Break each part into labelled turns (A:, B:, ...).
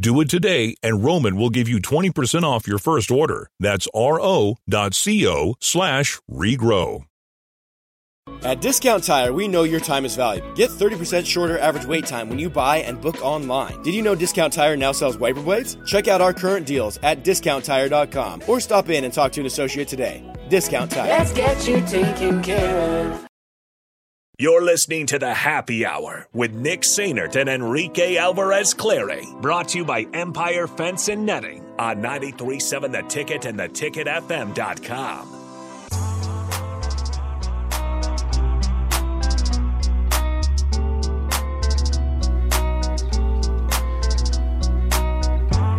A: Do it today, and Roman will give you 20% off your first order. That's ro.co slash regrow.
B: At Discount Tire, we know your time is valuable. Get 30% shorter average wait time when you buy and book online. Did you know Discount Tire now sells wiper blades? Check out our current deals at discounttire.com or stop in and talk to an associate today. Discount Tire.
C: Let's get you taken care of.
D: You're listening to the Happy Hour with Nick Sainert and Enrique Alvarez Clary, brought to you by Empire Fence and Netting on 937 The Ticket and theticketfm.com.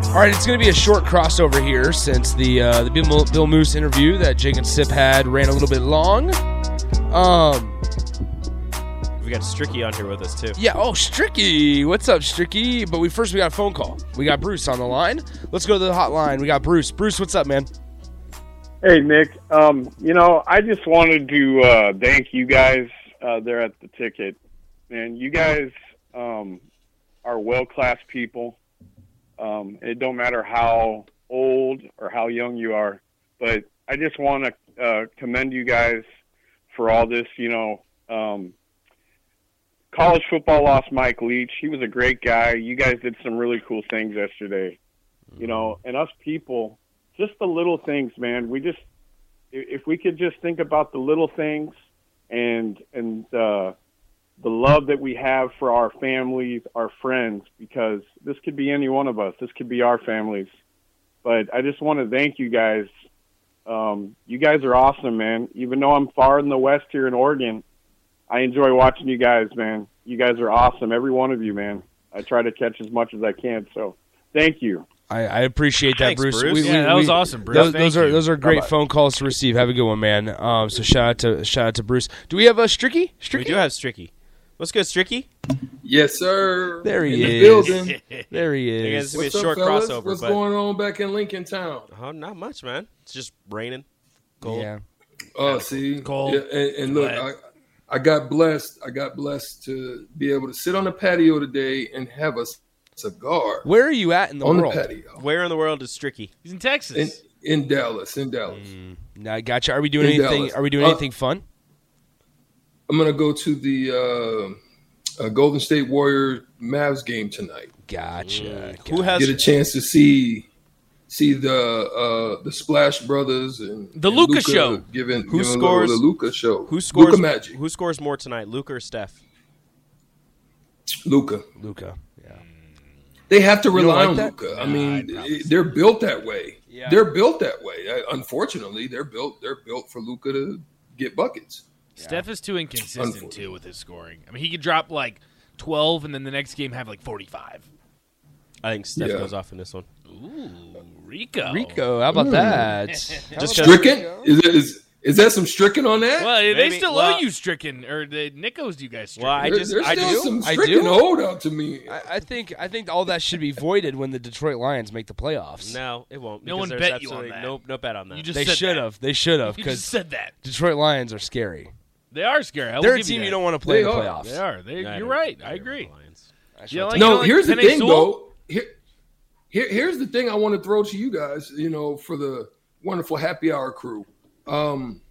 E: All right, it's going to be a short crossover here since the uh, the Bill, Bill Moose interview that Jake and Sip had ran a little bit long. Um,
F: We got Stricky on here with us too.
E: yeah. Oh, Stricky, what's up, Stricky? But we first we got a phone call. We got Bruce on the line. Let's go to the hotline. We got Bruce. Bruce, what's up, man?
G: Hey, Nick. Um, you know, I just wanted to uh, thank you guys uh, there at the ticket. And you guys um, are well class people. Um, it don't matter how old or how young you are, but I just want to uh, commend you guys for all this. You know, um, college football lost Mike Leach. He was a great guy. You guys did some really cool things yesterday. You know, and us people just the little things, man. We just i- if we could just think about the little things and and uh, the love that we have for our families, our friends, because this could be any one of us. This could be our families. But I just want to thank you guys. Um, you guys are awesome, man. Even though I'm far in the west here in Oregon, I enjoy watching you guys, man. You guys are awesome, every one of you, man. I try to catch as much as I can. So, thank you.
E: I, I appreciate that,
F: Thanks,
E: Bruce.
F: Bruce. Yeah, that was awesome, Bruce.
E: Those,
F: Thank
E: those are
F: you.
E: those are great
G: Bye-bye.
E: phone calls to receive. Have a good one, man. Um, so shout out to shout out to Bruce. Do we have a Stricky? Stricky,
F: We do have Stricky. What's good, Stricky?
H: Yes, sir.
E: There he
H: In the
E: is.
H: building.
E: there he
F: I
E: is.
F: guess- It's gonna be a
H: What's up,
F: short
H: fellas?
F: crossover,
H: What's
F: but-
H: going on back in Lincoln Town?
F: Oh, not much, man. It's just raining. Cold.
E: Yeah.
H: Oh, see,
F: cold,
H: Yeah, and, and look, I, I got blessed. I got blessed to be able to sit on the patio today and have a cigar
E: Where are you at in the
H: on
E: world?
H: the patio
F: Where in the world is Stricky?
I: He's in
H: in,
I: Texas.
H: in Dallas. In Dallas,
F: Mm.
E: Nah, gotcha. Are we doing
H: In
E: anything?
H: Dallas.
E: Are we doing
H: Uh,
E: anything fun?
H: I'm gonna go to the uh, uh, Golden State Warrior Mavs game tonight.
E: Gotcha.
F: Who has
H: Get a chance to see see the uh, the Splash Brothers and
I: The
H: and
I: Luka
H: Luka
I: show.
F: Who
H: Giving giving a little-
F: scores-
H: the Luca show.
F: who scores?
H: Luca Magic.
F: Who scores more tonight, Luke or Steph?
H: Luca.
E: Luca? Yeah.
H: They have to
E: don't
H: rely
E: like
H: on
E: that?
H: Luca. I mean, it- they're built that way.
E: Yeah.
H: They're built that way. Uh, Unfortunately, they're built. They're built for Luca to get buckets.
I: Steph is too inconsistent
H: Unfortunate.
I: too with his scoring. I mean, he could drop like twelve, and then the next game have like forty-five.
F: I think Steph
H: Yeah.
F: goes off in this one.
I: Ooh, Rico.
E: Rico, how about
I: Hmm.
E: that?
F: Just
H: Stricken is, that- is is that some stricken on that?
I: Well, they
F: Maybe-
I: still
F: well-
I: owe you Stricken, or the Nickos you guys Stricken.
F: Well, I
H: There-
F: just
H: there's
F: I
H: still
F: do.
H: some
E: I
H: stricken
E: do.
H: hold out to me.
E: I, I think I think all that should be voided when the Detroit Lions make the playoffs.
F: No, it won't.
I: No
F: because
I: one
F: there's
I: bet you on
F: absolutely
I: that.
F: No, no bet on that.
I: you just
E: they
I: said
E: should
I: that.
E: have. They should have
I: You just
E: because
I: said that.
E: Detroit Lions are scary.
I: They are scary. I will
E: They're a
I: give
E: team you
I: you, that.
E: don't want to play in
H: They
E: the
H: are.
E: playoffs.
I: They are. They,
F: Yeah, I
I: you're
F: don't-
I: right.
F: I
I: I
F: don't
I: agree.
F: like the Lions.
I: Yeah, like,
H: no,
I: kinda like
H: here's the
I: Penny
H: thing,
I: Sewell.
H: though. Here, here, here's the thing I want to throw to you guys. You know, for the wonderful happy hour crew. Um,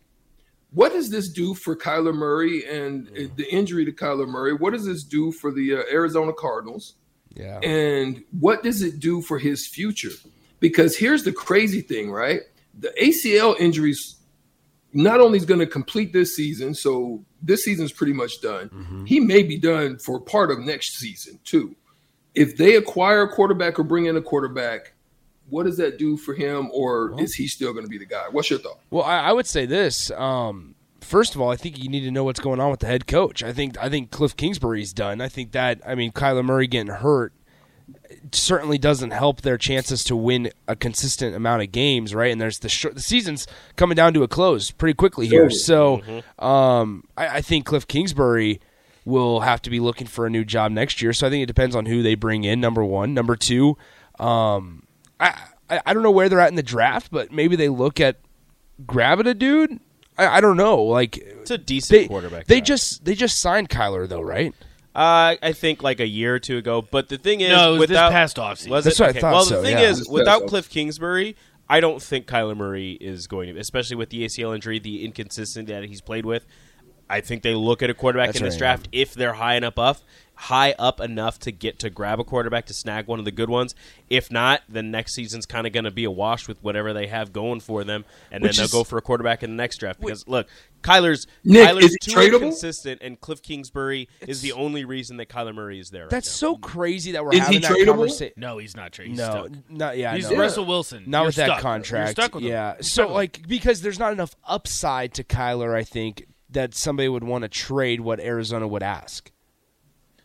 H: what does this do for Kyler Murray and uh, the injury to Kyler Murray? What does this do for the uh, Arizona Cardinals?
E: Yeah.
H: And what does it do for his future? Because here's the crazy thing, right? The ACL injuries not only is going to complete this season, so this season's pretty much done.
E: Mm-hmm.
H: He may be done for part of next season too. If they acquire a quarterback or bring in a quarterback, what does that do for him, or is he still going to be the guy? What's your thought?
E: Well, I, I would say this. Um, first of all, I think you need to know what's going on with the head coach. I think I think Cliff Kingsbury's done. I think that I mean Kyler Murray getting hurt certainly doesn't help their chances to win a consistent amount of games, right? And there's the short, the season's coming down to a close pretty quickly here. So, um, I, I think Cliff Kingsbury will have to be looking for a new job next year. So I think it depends on who they bring in. Number one, number two, um, I, I I don't know where they're at in the draft, but maybe they look at grabbing a dude. I, I don't know. Like
F: It's a decent
E: they
F: quarterback.
E: they
F: draft.
E: just they just signed Kyler though, right?
F: Uh, I think like a year or two ago. But the thing is,
I: No, it was this
F: without
I: past offseason.
F: was
E: That's
F: it?
E: what I
F: Okay.
E: thought
F: Well,
E: so,
F: the thing
E: yeah.
F: is,
H: This past
F: without
H: offseason.
F: Cliff Kingsbury, I don't think Kyler Murray is going to, especially with the ACL injury, the inconsistent that he's played with. I think they look at a quarterback
E: That's
F: in this
E: right,
F: draft if they're high enough up, high up enough to get to grab a quarterback to snag one of the good ones. If not, then next season's kind of going to be a wash with whatever they have going for them, and
E: Which
F: then they'll
E: is-
F: go for a quarterback in the next draft. Because look, Kyler's
H: Nick,
F: Kyler's
H: is it
F: too
H: tradable?
F: inconsistent, and Cliff Kingsbury is the only reason that Kyler Murray is there. Right
E: That's
F: now.
E: so crazy that we're
H: Is he
E: having that
H: tradable?
E: conversation.
I: No, he's not trading.
E: No,
I: stuck.
E: not yeah.
I: he's
E: no.
I: Russell Wilson.
E: Not
I: You're
E: with
I: stuck.
E: that contract.
I: You're stuck with him.
E: yeah.
I: You're stuck
E: So
I: with him.
E: like because there's not enough upside to Kyler, I think that somebody would want to trade what Arizona would ask.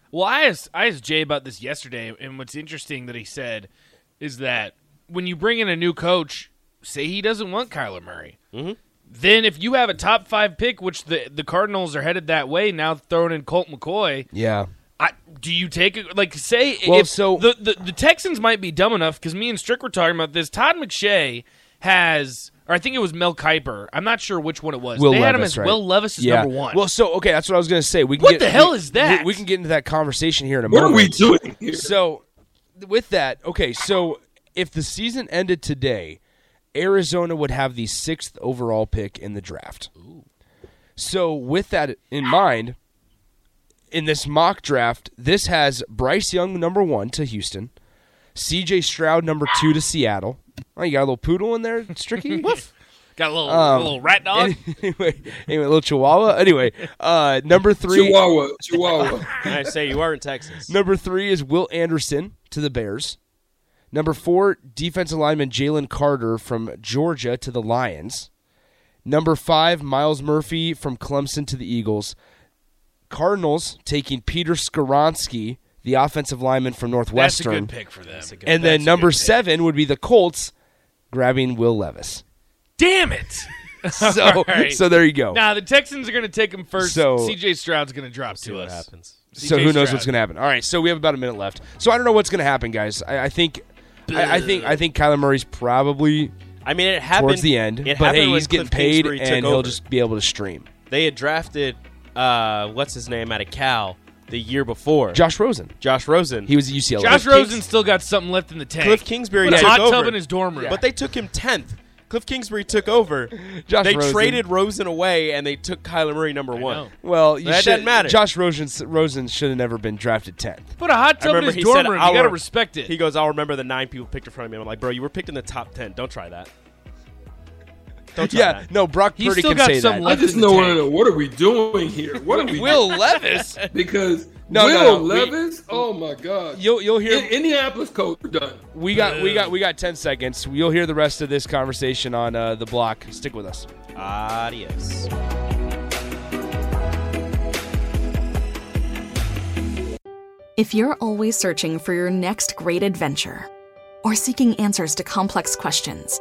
I: Well, I asked I asked Jay about this yesterday, and what's interesting that he said is that when you bring in a new coach, say he doesn't want Kyler Murray,
E: Mm-hmm.
I: then if you have a top five pick, which the the Cardinals are headed that way now, throwing in Colt McCoy,
E: Yeah.
I: I, do you take it like say
E: Well,
I: if
E: so-
I: the, the the Texans might be dumb enough because me and Strick were talking about this. Todd McShay has, or I think it was Mel Kiper. I'm not sure which one it was.
E: Will
I: they
E: Levis,
I: had him as
E: right?
I: Will Levis is
E: yeah.
I: number one.
E: Well, so okay, that's what I was gonna say. We can
I: What
E: get,
I: the hell
E: we-
I: is that?
E: We, we can get into that conversation here in a
H: What
E: moment.
H: are we doing here?
E: So, th- with that, okay, so if the season ended today, Arizona would have the sixth overall pick in the draft. So, with that in mind, in this mock draft, this has Bryce Young number one to Houston, CJ Stroud number two to Seattle. Oh, you got a little poodle in there, it's tricky. Woof.
I: got a little
E: um,
I: a little rat dog.
E: Anyway, anyway, little Chihuahua. Anyway, uh, number three,
H: Chihuahua, Chihuahua.
F: And I say you are in Texas.
E: Number three is Will Anderson to the Bears. Number four, defensive lineman Jalen Carter from Georgia to the Lions. Number five, Miles Murphy from Clemson to the Eagles. Cardinals taking Peter Skoronsky, the offensive lineman from
I: That's a
E: Northwestern.
I: good pick for them.
E: And then number seven would be the Colts grabbing Will Levis.
I: Damn it!
E: So,
I: right.
E: so there you go.
I: Now the Texans are going to take him first.
E: So-
I: CJ Stroud's going to drop to
F: what
I: us.
F: happens.
E: so
I: CJ
E: who knows
I: Stroud.
E: what's going to happen? All right, so we have about a minute left. So I don't know what's going to happen, guys. I, I think, I, I think, I think Kyler Murray's probably
F: I mean, it happened
E: towards the end.
F: It
E: But
F: happened
E: hey,
F: when
E: he's getting
F: Cliff
E: paid,
F: Kingsbury took
E: and he'll
F: over.
E: just be able to stream.
F: They had drafted uh, what's his name out of Cal the year before.
E: Josh Rosen,
F: Josh Rosen.
E: he was at UCLA.
I: Josh
F: Cliff Kings-
I: Rosen still got something left in the tank.
F: Cliff Kingsbury
I: Put a
F: took
I: hot
F: over.
I: tub in his dorm room.
F: But they took him tenth. Cliff Kingsbury took over.
E: Josh
F: they
E: Rosen.
F: traded Rosen away, and they took Kyler Murray number one.
I: know.
E: well, you
F: That
E: should,
F: doesn't matter.
E: Josh Rosen, Rosen should have never been drafted tenth.
I: Put a hot
F: I
I: tub in
F: remember
I: his
F: he
I: dorm
F: said,
I: room.
F: "I'll
I: you got to
F: re-
I: respect it.
F: He goes, "I'll remember the nine people picked in front of me." I'm like, "Bro, you were picked in the top ten. Don't try that. Don't try
E: Yeah,
F: that."
E: no, Brock
I: He's
E: Purdy
I: still
E: can
I: got
E: say
I: some
E: that.
I: left
H: I just
I: in the
H: know
I: tank.
H: uh, what are we doing here? What are we
E: Will Levis,
H: because
E: No, no,
H: Will
E: no, we-
H: Levis? oh my God!
E: you'll you'll hear.
H: In- Indianapolis Colts are done.
E: we got we got we got ten seconds. You'll hear the rest of this conversation on uh, the block. Stick with us.
F: Adios.
J: If you're always searching for your next great adventure or seeking answers to complex questions,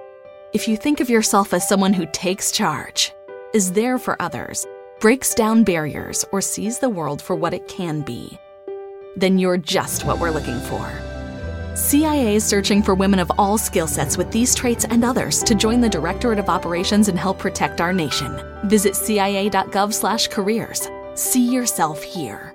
J: if you think of yourself as someone who takes charge, is there for others, breaks down barriers, or sees the world for what it can be, then you're just what we're looking for. CIA is searching for women of all skill sets with these traits and others to join the Directorate of Operations and help protect our nation. Visit cia.gov/careers. See yourself here.